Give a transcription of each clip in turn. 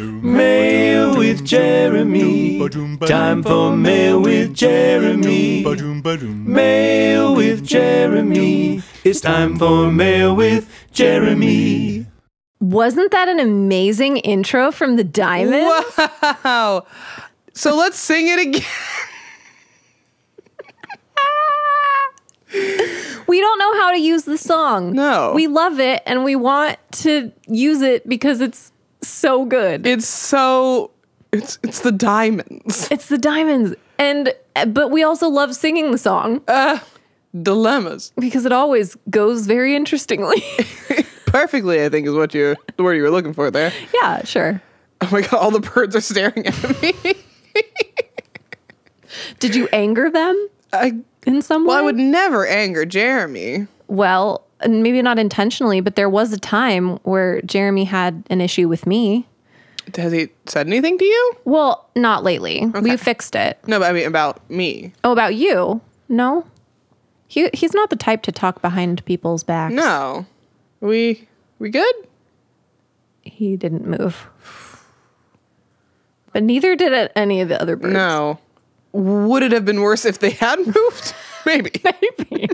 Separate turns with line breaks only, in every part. Mail with Jeremy. Time for Mail with Jeremy. Mail with Jeremy. It's time for Mail with Jeremy.
Wasn't that an amazing intro from the Diamonds?
Wow. So let's sing it again.
We don't know how to use the song.
No.
We love it and we want to use it because it's so good.
It's so it's it's the diamonds.
It's the Diamonds. And but we also love singing the song
Uh. Dilemmas.
because it always goes very interestingly.
Perfectly, I think, is what you the word you were looking for there.
yeah, sure.
Oh my god, all the birds are staring at me.
Did you anger them
I
in some
well,
way?
I would never anger Jeremy.
Well, and maybe not intentionally, but there was a time where Jeremy had an issue with me.
Has he said anything to you?
Well, not lately. We fixed it.
No, but I mean about me.
Oh, about you? No. He he's not the type to talk behind people's backs.
No. We we good?
He didn't move. But neither did it- any of the other birds.
No. Would it have been worse if they had moved? Maybe.
Maybe.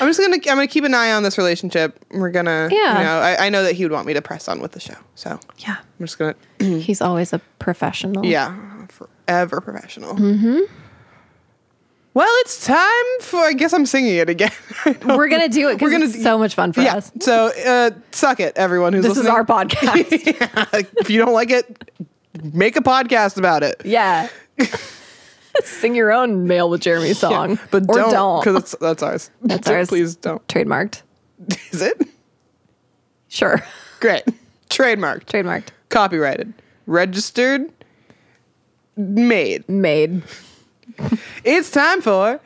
I'm just gonna I'm gonna keep an eye on this relationship. We're gonna
Yeah.
you know, I, I know that he would want me to press on with the show. So I'm
yeah.
just gonna
He's always a professional.
Yeah. Forever professional. Mm-hmm. Well, it's time for I guess I'm singing it again.
We're going to do it
We're
because
gonna
it's
do-
so much fun for
yeah.
us.
So uh suck it, everyone who's
This is
listening.
our podcast.
if you don't like it, make a podcast about it.
yeah. Sing your own Mail with Jeremy song.
Yeah, but
or
don't because that's ours.
That's
So
ours.
Please don't.
Trademarked.
Is it
Sure.
great? Trademarked,
Trademarked.
copyrighted, registered, made.
Made.
It's time for.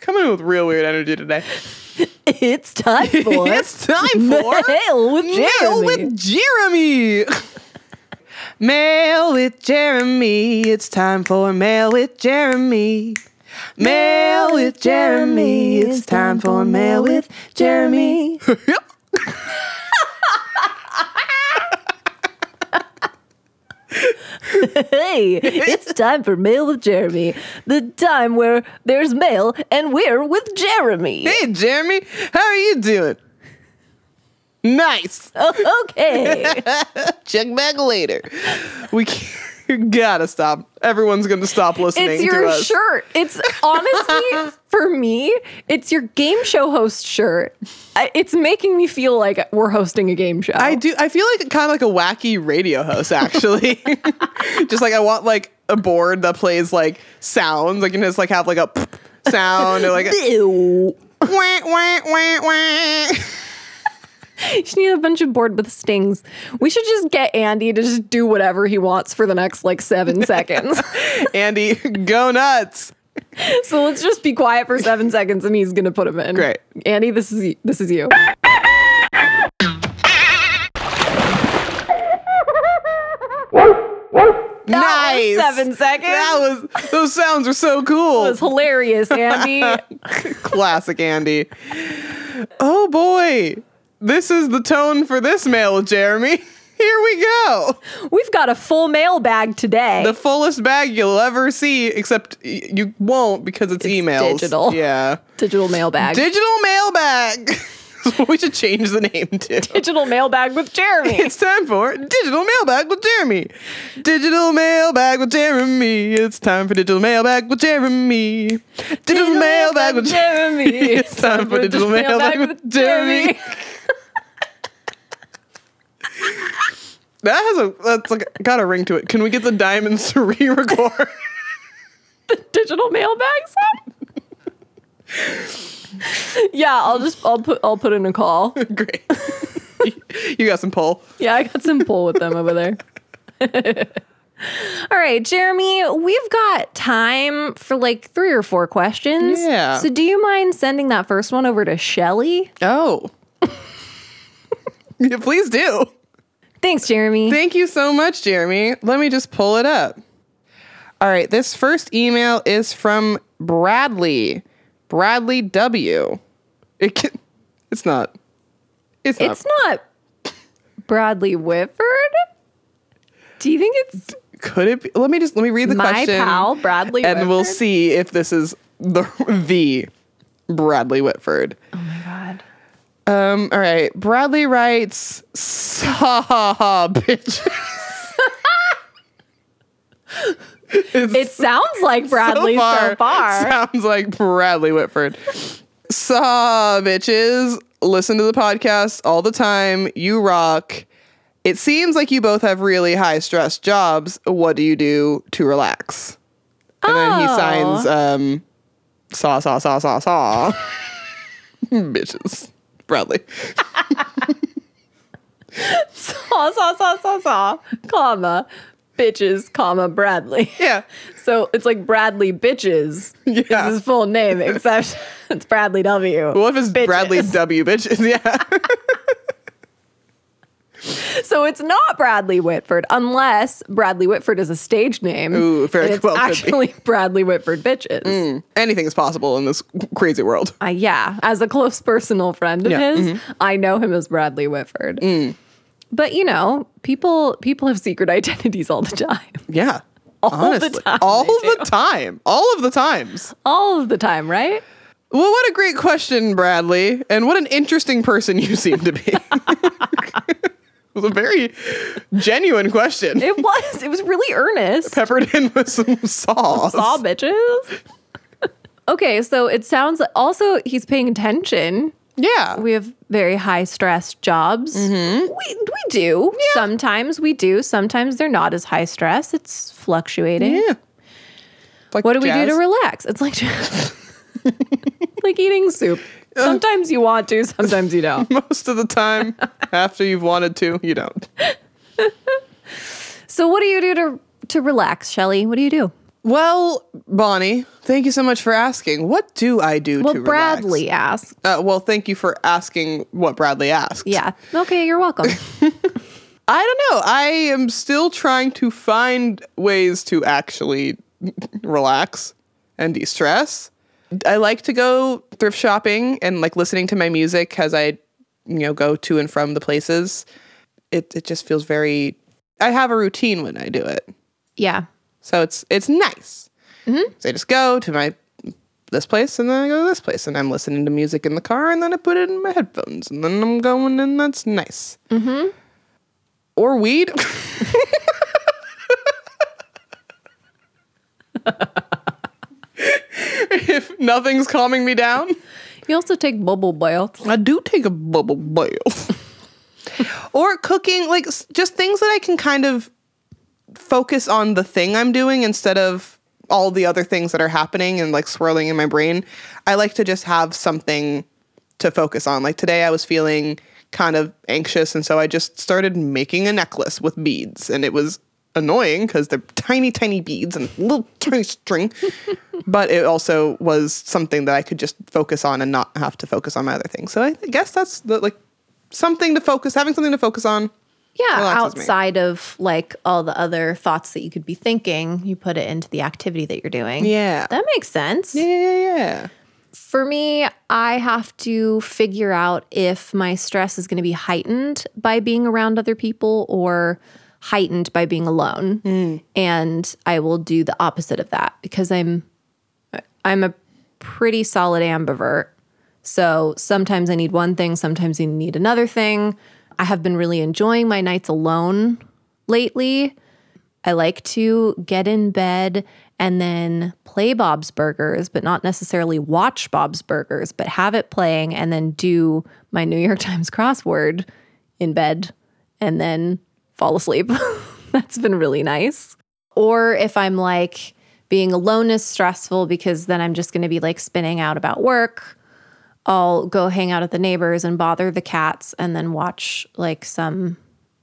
Coming in with real weird energy today.
It's time for
It's time for
Mail with
Mail
Jeremy.
with Jeremy. Mail with Jeremy. It's time for Mail with Jeremy. Mail with Jeremy. It's time for Mail with Jeremy.
Hey, it's time for Mail with Jeremy. The time where there's mail and we're with Jeremy.
Hey, Jeremy, how are you doing? Nice.
Okay.
Check back later. We can't, gotta stop. Everyone's gonna stop listening
It's
to
your
us.
shirt. It's honestly, for me, it's your game show host shirt. I- It's making me feel like we're hosting a game show.
I do. I feel like kind of like a wacky radio host, actually. Just like I want like a board that plays like sounds, like you know, just like have like a sound or like a
Ew.
wah, wah, wah, wah.
You just need a bunch of board with stings. We should just get Andy to just do whatever he wants for the next like seven seconds.
Andy, go nuts.
So let's just be quiet for seven seconds, and he's gonna put him in.
Great.
Andy. This is y- this is you. That was
nice.
seven seconds.
That was those sounds were so cool.
That was hilarious, Andy.
Classic Andy. Oh boy. This is the tone for this mail with Jeremy. Here we go.
We've got a full mailbag today.
The fullest bag you'll ever see, except y- you won't because it's, emails.
digital.
Yeah.
digital mailbag.
Digital mailbag. Is what we should change the name to.
digital mailbag with Jeremy.
It's time for Digital Mailbag with Jeremy. Digital Mailbag with Jeremy. It's time for Digital Mailbag with Jeremy. Digital, Mailbag with Jeremy.
Jeremy.
It's time for Digital Mailbag with Jeremy. That has a that's like got a ring to it. Can we get the diamonds to re-record?
digital mailbag song? yeah, I'll just I'll put I'll put in a call.
Great. you got some pull.
Yeah, I got some pull with them over there. All right, Jeremy, we've got time for like three or four questions.
Yeah.
So do you mind sending that first one over to Shelly?
Oh. yeah, please do.
Thanks, Jeremy.
Thank you so much, Jeremy. Let me just pull it up. All right, this first email is from Bradley. Bradley W. It can, it's not. It's not.
It's not Bradley Whitford. Do you think it's
Could it be? Let me just let me read the
my
question.
pal Bradley?
and we'll
Whitford?
see if this is the the Bradley Whitford.
Oh my god.
Um, all right. Bradley writes, "Saw bitch."
It sounds like Bradley so far.
Sounds like Bradley Whitford. Saw bitches. Listen to the podcast all the time. You rock. It seems like you both have really high stress jobs. What do you do to relax? And then he
Oh.
signs um saw saw saw saw saw bitches. Bradley.
Saw, saw, saw, saw, saw, comma, bitches, comma, Bradley.
Yeah.
So it's like Bradley bitches
Yeah.
is his full name, except it's Bradley W.
What if it's Bradley
Bitches.
W bitches? Yeah.
So it's not Bradley Whitford, unless Bradley Whitford is a stage name.
Ooh, very
and it's
well could be. Mm.
actually Bradley Whitford bitches.
Hmm. Anything is possible in this crazy world.
Uh, yeah, as a close personal friend of
Yeah, mm-hmm. Mm.
his, I know him as Bradley Whitford. But you know, people people have secret identities all the time,
Yeah.
All the time
All
they
the time. All of the times.
all of the time, right?
Well, what a great question, Bradley. And what an interesting person you seem to be. it was a very genuine question.
It was. It was really earnest.
Peppered in with some sauce.
Saw bitches. okay, so it sounds also he's paying attention.
Yeah.
We have very high stress jobs.
Mm-hmm.
We we do. Sometimes we do. Sometimes they're not as high stress. It's fluctuating.
yeah. Like
What do we
jazz.
do to relax? It's like like eating soup. Sometimes you want to, sometimes you don't.
Most of the time, after you've wanted to, you don't.
So what do you do to to relax, Shelly? What do you do?
Well, Bonnie, thank you so much for asking. What do I do
Well,
to relax?
Bradley asked.
Uh, well, thank you for asking what Bradley asked.
Yeah. Okay, you're welcome.
I don't know. I am still trying to find ways to actually relax and de stress. I like to go thrift shopping and like listening to my music as I, you know, go to and from the places. It it just feels very I have a routine when I do it.
yeah.
So it's it's nice.
Mm-hmm.
So I just go to my this place and then I go to this place and I'm listening to music in the car and then I put it in my headphones and then I'm going and that's nice. Mm-hmm. Or weed. if nothing's calming me down.
You also take bubble baths.
I do take a bubble bath. or cooking, like s- just things that I can kind of focus on the thing I'm doing instead of all the other things that are happening and like swirling in my brain. I like to just have something to focus on. Like today I was feeling kind of anxious and so I just started making a necklace with beads and it was annoying cuz they're tiny tiny beads and little tiny string but it also was something that I could just focus on and not have to focus on my other things. So I guess that's the, like something to focus, having something to focus on.
Yeah,
relaxes me.
outside of like all the other thoughts that you could be thinking, you put it into the activity that you're doing.
Yeah.
That makes sense.
Yeah, yeah, yeah.
For me, I have to figure out if my stress is going to be heightened by being around other people or heightened by being alone. And I will do the opposite of that because I'm I'm a pretty solid ambivert. So sometimes I need one thing, sometimes I need another thing. I have been really enjoying my nights alone lately. I like to get in bed and then play Bob's Burgers, but not necessarily watch Bob's Burgers, but have it playing and then do my New York Times crossword in bed and then fall asleep. That's been really nice. Or if I'm like being alone is stressful because then I'm just going to be like spinning out about work. I'll go hang out at the neighbors and bother the cats and then watch like some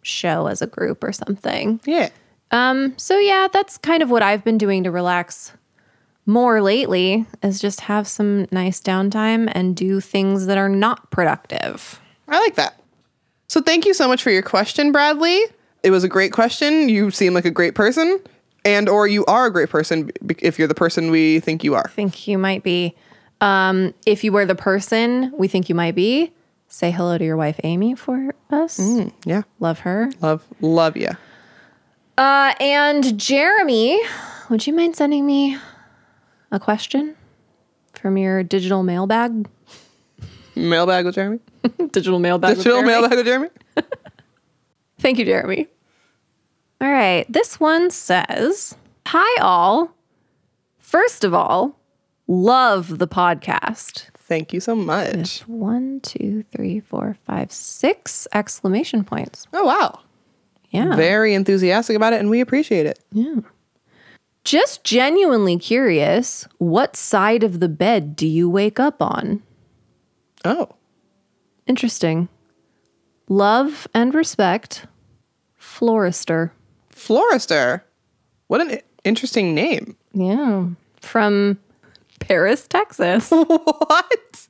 show as a group or something.
Yeah.
Um, so yeah, that's kind of what I've been doing to relax more lately is just have some nice downtime and do things that are not productive.
I like that. So thank you so much for your question, Bradley. It was a great question. You seem like a great person and or you are a great person b- if you're the person we think you are.
I think you might be Um, if you were the person we think you might be, say hello to your wife Amy for us.
Hmm, Yeah.
Love her.
Love, love you.
Uh, and Jeremy, would you mind sending me a question from your digital mailbag?
Mailbag with Jeremy.
digital mailbag. with
Digital
Jeremy.
mailbag with Jeremy.
Thank you, Jeremy. All right. This one says Hi, all. First of all, love the podcast.
Thank you so much.
One, two, three, four, five, six exclamation points.
Oh wow.
Yeah.
Very enthusiastic about it and we appreciate it.
Just genuinely curious what side of the bed do you wake up on?
Oh.
Interesting. Love and respect. Florister.
Florister. What an i- interesting name.
Yeah. From Paris, Texas.
What?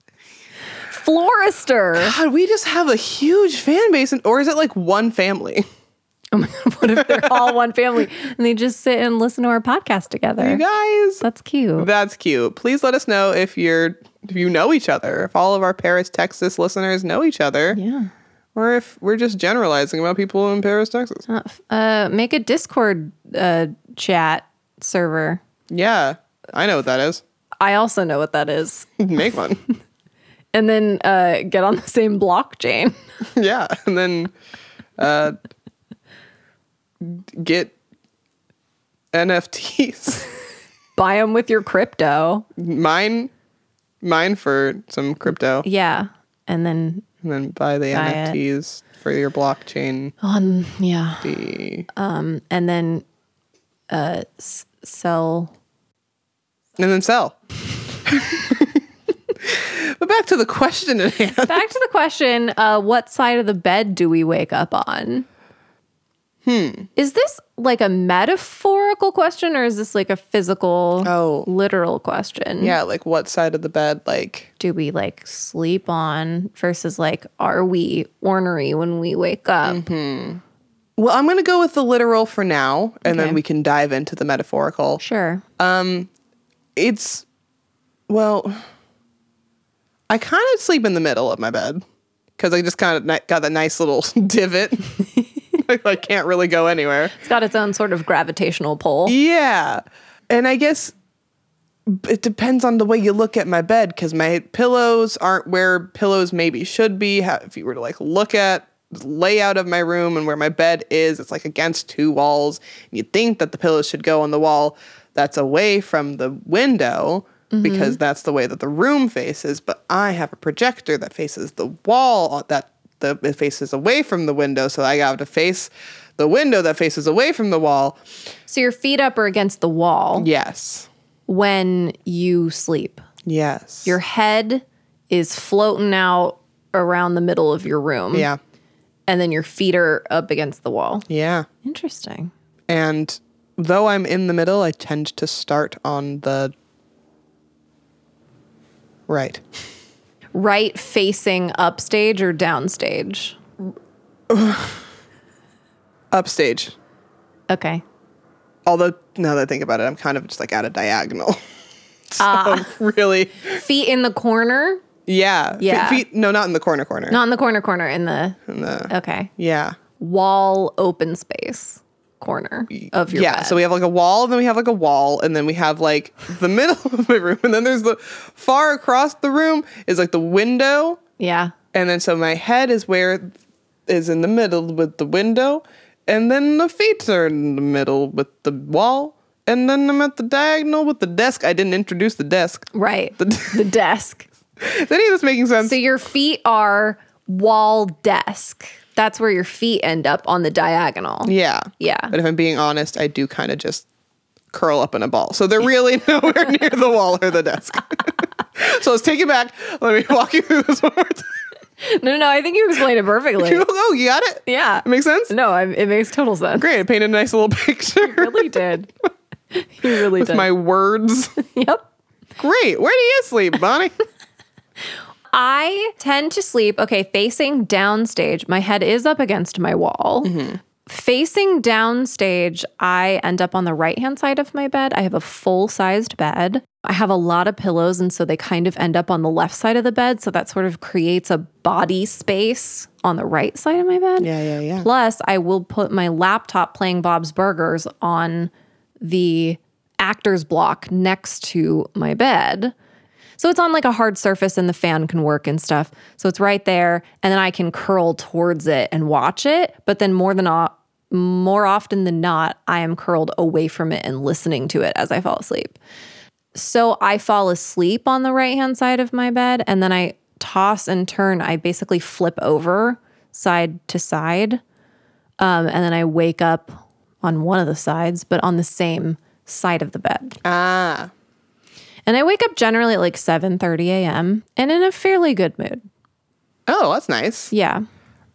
Florister.
God, we just have a huge fan base and or is it like one family?
what if they're all one family and they just sit and listen to our podcast together?
You guys.
That's cute.
That's cute. Please let us know if you're if you know each other, if all of our Paris, Texas listeners know each other,
Yeah.
or if we're just generalizing about people in Paris, Texas.
Uh, f- uh, make a Discord uh, chat server.
Yeah, I know what that is.
I also know what that is.
Make one.
And then uh, get on the same blockchain.
yeah, and then uh, get NFTs.
Buy them with your crypto.
mine, mine for some crypto,
Yeah. And then
and then buy the
Buy it. Oh.
NFTs for your blockchain.
on, yeah.
The-
And then uh, s- sell.
and then sell. but back to the question at hand.
Back to the question uh, what side of the bed do we wake up on? Hmm. Is this like a metaphorical question or is this like a physical,
Oh.
literal question?
Yeah, like what side of the bed? Like,
Do we like sleep on versus like, are we ornery when we wake up?
Mm-hmm. well, I'm going to go with the literal for now, and
Okay.
then we can dive into the metaphorical.
Sure.
It's, well, I kind of sleep in the middle of my bed because I just kind of ni- got that nice little divot. I can't really go anywhere.
it's got its own sort of gravitational pull.
Yeah. And I guess it depends on the way you look at my bed because my pillows aren't where pillows maybe should be. How, if you were to like look at the layout of my room and where my bed is, it's like against two walls. And you'd think that the pillows should go on the wall that's away from the window because that's the way that the room faces. But I have a projector that faces the wall uh, that the it faces away from the window, so I have to face the window that faces away from the wall.
So your feet up are against the wall
Yes.
when you sleep.
Yes.
Your head is floating out around the middle of your room.
yeah.
And then your feet are up against the wall.
Yeah.
Interesting.
And though I'm in the middle, I tend to start on the right.
Right facing upstage or downstage?
Upstage.
Okay.
Although now that I think about it, I'm kind of just like at a diagonal. so
Ah.
really
Feet in the corner?
yeah. Fe-
Yeah.
Feet, no, not in the corner corner.
Not in the corner corner, in the
in the
okay.
Yeah.
Wall open space corner of your
yeah,
bed.
so we have like a wall, and then we have like a wall, and then we have like the middle of my room, and then there's the far across the room is like the window,
yeah.
And then so my head is where is in the middle with the window, and then the feet are in the middle with the wall, and then I'm at the diagonal with the desk. I didn't introduce the desk.
Right.
The d-
the desk.
Is any of this making sense?
So your feet are wall desk. That's where your feet end up on the diagonal.
yeah.
Yeah.
But if I'm being honest, I do kind of just curl up in a ball. So they're really nowhere near the wall or the desk. so let's take it back. Let me walk you through this one more time.
No, no, no, I think you explained it perfectly.
Oh, you got it?
Yeah.
It makes sense?
No, I, it makes total sense.
Great. I painted a nice little picture
You really did. You really
with
did.
my words.
yep.
Great. Where do you sleep, Bonnie?
I tend to sleep, okay, facing downstage. My head is up against my wall. facing downstage, I end up on the right hand side of my bed. I have a full sized bed. I have a lot of pillows, and so they kind of end up on the left side of the bed. So that sort of creates a body space on the right side of my bed.
Yeah, yeah, yeah.
Plus, I will put my laptop playing Bob's Burgers on the actor's block next to my bed. So it's on like a hard surface and the fan can work and stuff. So it's right there and then I can curl towards it and watch it, but then more than o- more often than not, I am curled away from it and listening to it as I fall asleep. So I fall asleep on the right-hand side of my bed and then I toss and turn. I basically flip over side to side. Um, and then I wake up on one of the sides, but on the same side of the bed.
Ah,
And I wake up generally at like 7:30 a.m. and in a fairly good mood.
oh, that's nice.
Yeah.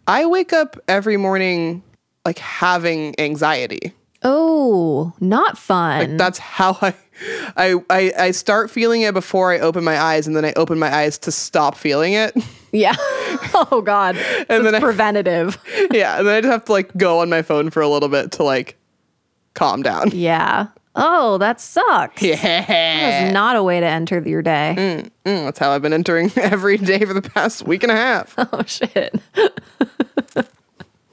I wake up every morning like having anxiety.
Oh, not fun.
That's how I, I, I, I start feeling it before I open my eyes, and then I open my eyes to stop feeling it.
yeah. oh god. So
then
it's
I-
preventative.
yeah, and then I just have to like go on my phone for a little bit to like calm down.
yeah. Oh, that sucks.
Yeah,
That is not a way to enter your day.
Mm, that's how I've been entering every day for the past week and a half.
Oh shit.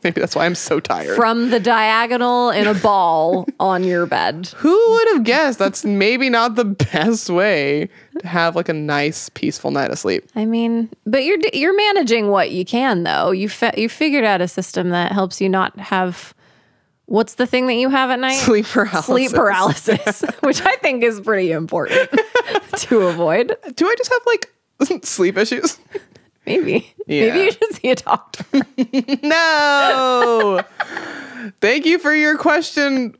Maybe that's why I'm so tired.
From the diagonal in a ball on your bed.
Who would have guessed? That's maybe not the best way to have like a nice, peaceful night of sleep.
I mean, but you're you're managing what you can though. You fi- you figured out a system that helps you not have what's the thing that you have at night?
Sleep paralysis.
Sleep paralysis, which I think is pretty important to avoid.
Do I just have like sleep issues?
Maybe.
Yeah.
Maybe you should see a doctor.
No. Thank you for your question,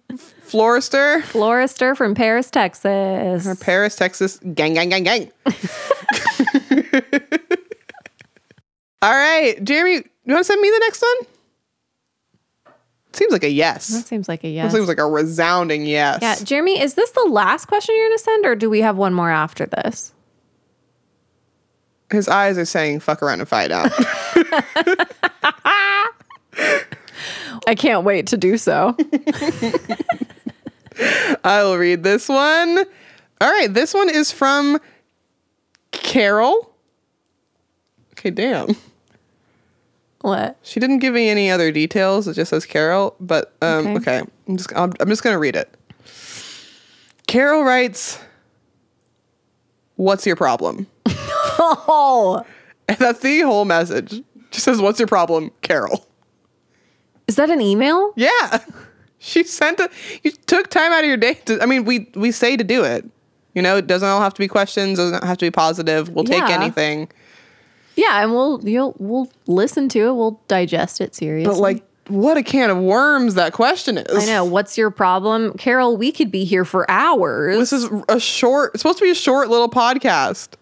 Florister.
Florister from Paris, Texas.
Paris, Texas. Gang, gang, gang, gang. All right, Jeremy, you want to send me the next one? Seems like a yes.
that seems like a yes.
Seems like a resounding yes.
yeah, Jeremy, is this the last question you're going to send, or do we have one more after this?
His eyes are saying fuck around and find out.
I can't wait to do so.
I will read this one. All right, this one is from Carol. Okay, damn.
what?
She didn't give me any other details. It just says Carol, but um, okay.
Okay.
I'm just I'm, I'm just gonna read it. Carol writes, "What's your problem?"
Oh,
And that's the whole message. She says, "What's your problem, Carol?"
is that an email?
Yeah, she sent a. You took time out of your day to. I mean, we we say to do it. You know, it doesn't all have to be questions. Doesn't have to be positive. We'll take
Yeah.
anything.
Yeah, and we'll you'll we'll listen to it. We'll digest it seriously.
But like, what a can of worms that question is.
I know. What's your problem, Carol? We could be here for hours.
This is a short. It's supposed to be a short little podcast.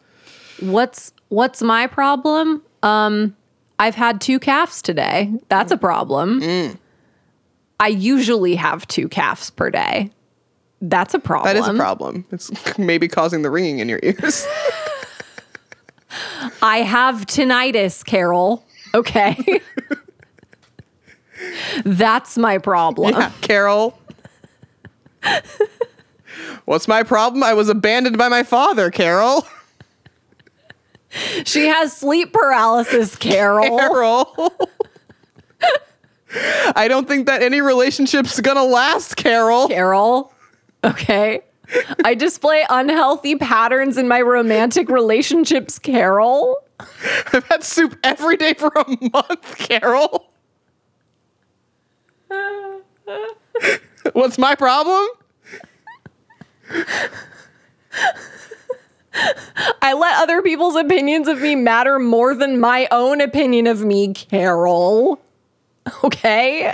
What's what's my problem? Um, I've had two calves today. That's a problem.
Mm.
I usually have two calves per day. That's a problem.
That is a problem. It's maybe causing the ringing in your ears.
I have tinnitus, Carol. Okay. That's my problem.
Yeah, Carol. What's my problem? I was abandoned by my father, Carol.
She has sleep paralysis, Carol.
Carol. I don't think that any relationship's gonna last, Carol.
Carol. Okay. I display unhealthy patterns in my romantic relationships, Carol.
I've had soup every day for a month, Carol. What's my problem?
I let other people's opinions of me matter more than my own opinion of me, Carol. Okay?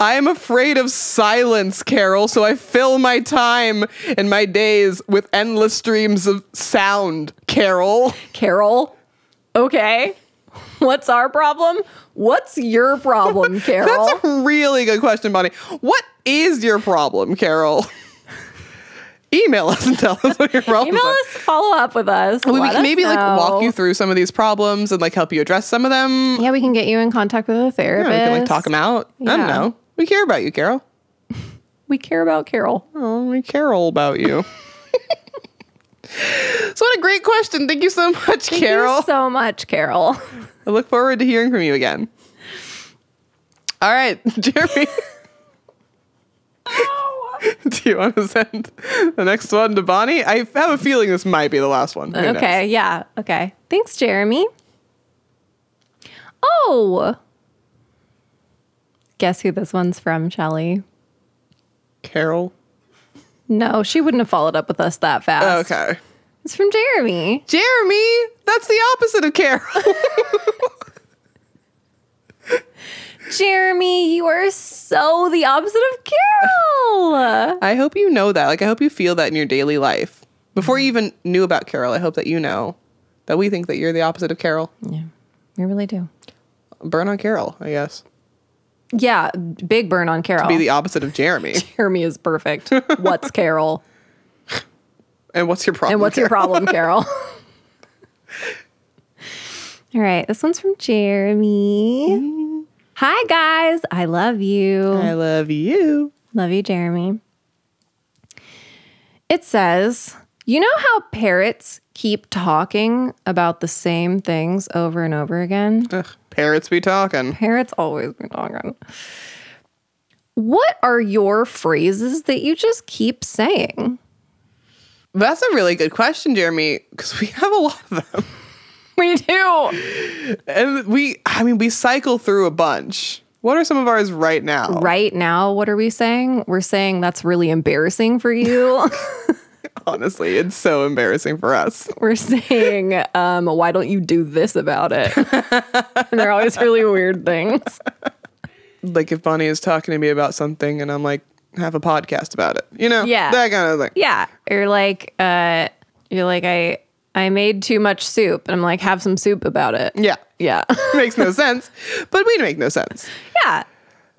I am afraid of silence, Carol, so I fill my time and my days with endless streams of sound, Carol.
Carol. Okay. What's our problem? What's your problem, Carol?
That's a really good question, Bonnie. What is your problem, Carol? Email us and tell us what your problems
Email
are.
us, follow up with us.
We- we
let
can
us
maybe like walk
know.
you through some of these problems and like help you address some of them.
Yeah, we can get you in contact with a
Yeah,
therapist.
we can like talk them out. I don't
Yeah.
know. We care about you, Carol.
We care about Carol.
Oh, we Carol about you. so what a great question. Thank you so much, Carol.
Thank you so much, Carol.
I look forward to hearing from you again. All right, Jeremy. Do you want to send the next one to Bonnie? I have a feeling this might be the last one. Who knows?
Okay, yeah. Okay. Thanks, Jeremy. Oh. Guess who this one's from, Shelley?
Carol.
No, she wouldn't have followed up with us that fast.
Oh, Okay.
It's from Jeremy.
Jeremy, that's the opposite of Carol.
Jeremy, you are so the opposite of Carol.
I hope you know that. Like, I hope you feel that in your daily life. Before you even knew about Carol, I hope that you know that we think that you're the opposite of Carol.
yeah, we really do.
Burn on Carol, I guess.
Yeah, big burn on Carol.
Be the opposite of Jeremy.
Jeremy is perfect. What's Carol?
And what's your problem?
And what's your
Carol?
problem, Carol? All right, this one's from Jeremy. Hi, guys. I love you.
I love you.
Love you, Jeremy. It says, You know how parrots keep talking about the same things over and over again?
Ugh, parrots be talking.
Parrots always be talking. What are your phrases that you just keep saying?
That's a really good question, Jeremy, because we have a lot of them.
We do.
And we, I mean, we cycle through a bunch. What are some of ours right now?
Right now, what are we saying? We're saying that's really embarrassing for you.
Honestly, it's so embarrassing for us.
We're saying, um, why don't you do this about it? and they're always really weird things.
Like if Bonnie is talking to me about something and I'm like, have a podcast about it, you know?
Yeah.
That kind of thing.
Yeah. Or like uh you're like I I made too much soup and I'm like have some soup about it.
Yeah.
Yeah.
makes no sense, but we make no sense.
yeah.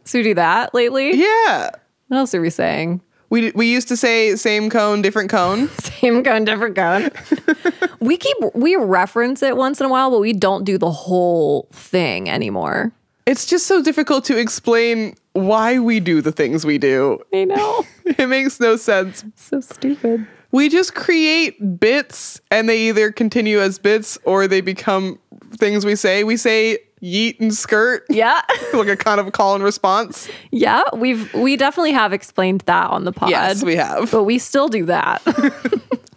So we do that lately.
Yeah.
What else are we saying?
We, we used to say same cone, different cone.
Same cone, different cone. we keep we reference it once in a while, but we don't do the whole thing anymore.
It's just so difficult to explain why we do the things we do.
I know.
It makes no sense.
so stupid.
We just create bits and they either continue as bits or they become things we say. We say yeet and skirt,
Yeah.
like a kind of call and response.
Yeah. We've we definitely have explained that on the pod.
Yes, we have.
but we still do that.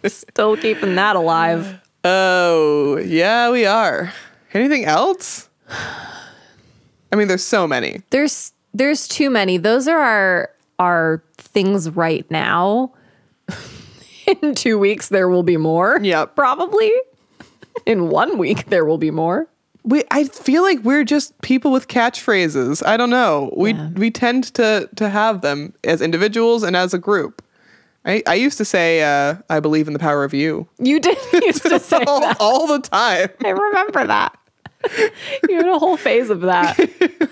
still keeping that alive.
Oh, yeah, we are. Anything else? I mean, there's so many.
there's there's too many. Those are our our things right now. In two weeks there will be more.
Yep.
Probably. In one week there will be more.
We, I feel like we're just people with catchphrases. I don't know. We
Yeah.
we tend to to have them as individuals and as a group. I, I used to say uh, I believe in the power of you
You did used to say
all,
that.
all the time.
I remember that. You had a whole phase of that.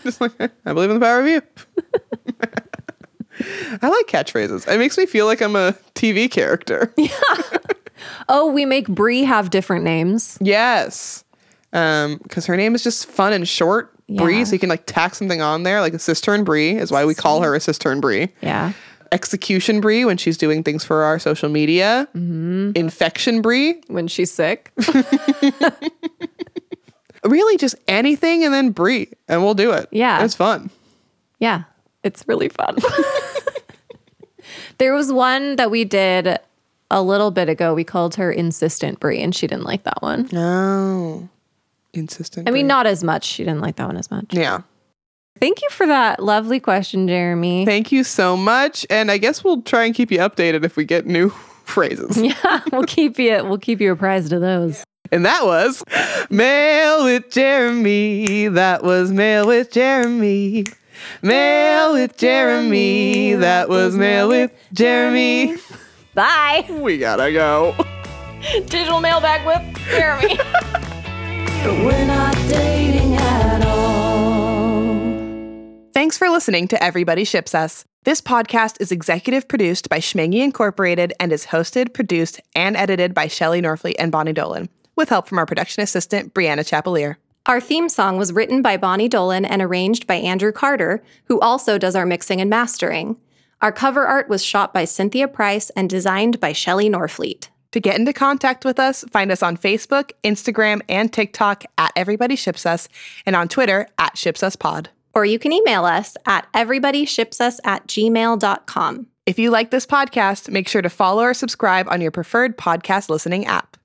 Just like, I believe in the power of you. I like catchphrases. It makes me feel like I'm a TV character.
Oh, we make Brie have different names.
Yes. Um, because her name is just fun and short, Bree.
Yeah.
So you can like tack something on there, like a cistern Bree is why we call her a cistern Bree.
Yeah.
Execution Bree when she's doing things for our social media.
Mm-hmm.
Infection Bree.
When she's sick.
Really, just anything and then Bree, and we'll do it.
Yeah.
it's fun.
Yeah, it's really fun. there was one that we did a little bit ago. We called her Insistent Brie, and she didn't like that one.
Oh, insistent.
I mean, not as much. She didn't like that one as much.
yeah.
Thank you for that lovely question, Jeremy.
Thank you so much, and I guess we'll try and keep you updated if we get new phrases.
yeah, we'll keep you. We'll keep you apprised of those.
And that was Mail with Jeremy. That was Mail with Jeremy. Mail with Jeremy. That was Mail with Jeremy.
Bye.
We gotta go.
Digital mail bag with Jeremy.
We're not dating at all.
Thanks for listening to Everybody Ships Us. This podcast is executive produced by Schmangy Incorporated and is hosted, produced, and edited by Shelley Norfleet and Bonnie Dolan, with help from our production assistant, Brianna Chapelier.
Our theme song was written by Bonnie Dolan and arranged by Andrew Carter, who also does our mixing and mastering. Our cover art was shot by Cynthia Price and designed by Shelley Norfleet.
To get into contact with us, find us on Facebook, Instagram, and TikTok at Everybody Ships Us, and on Twitter at Ships Us Pod.
Or you can email us at everybodyshipsus at gmail.com.
If you like this podcast, make sure to follow or subscribe on your preferred podcast listening app.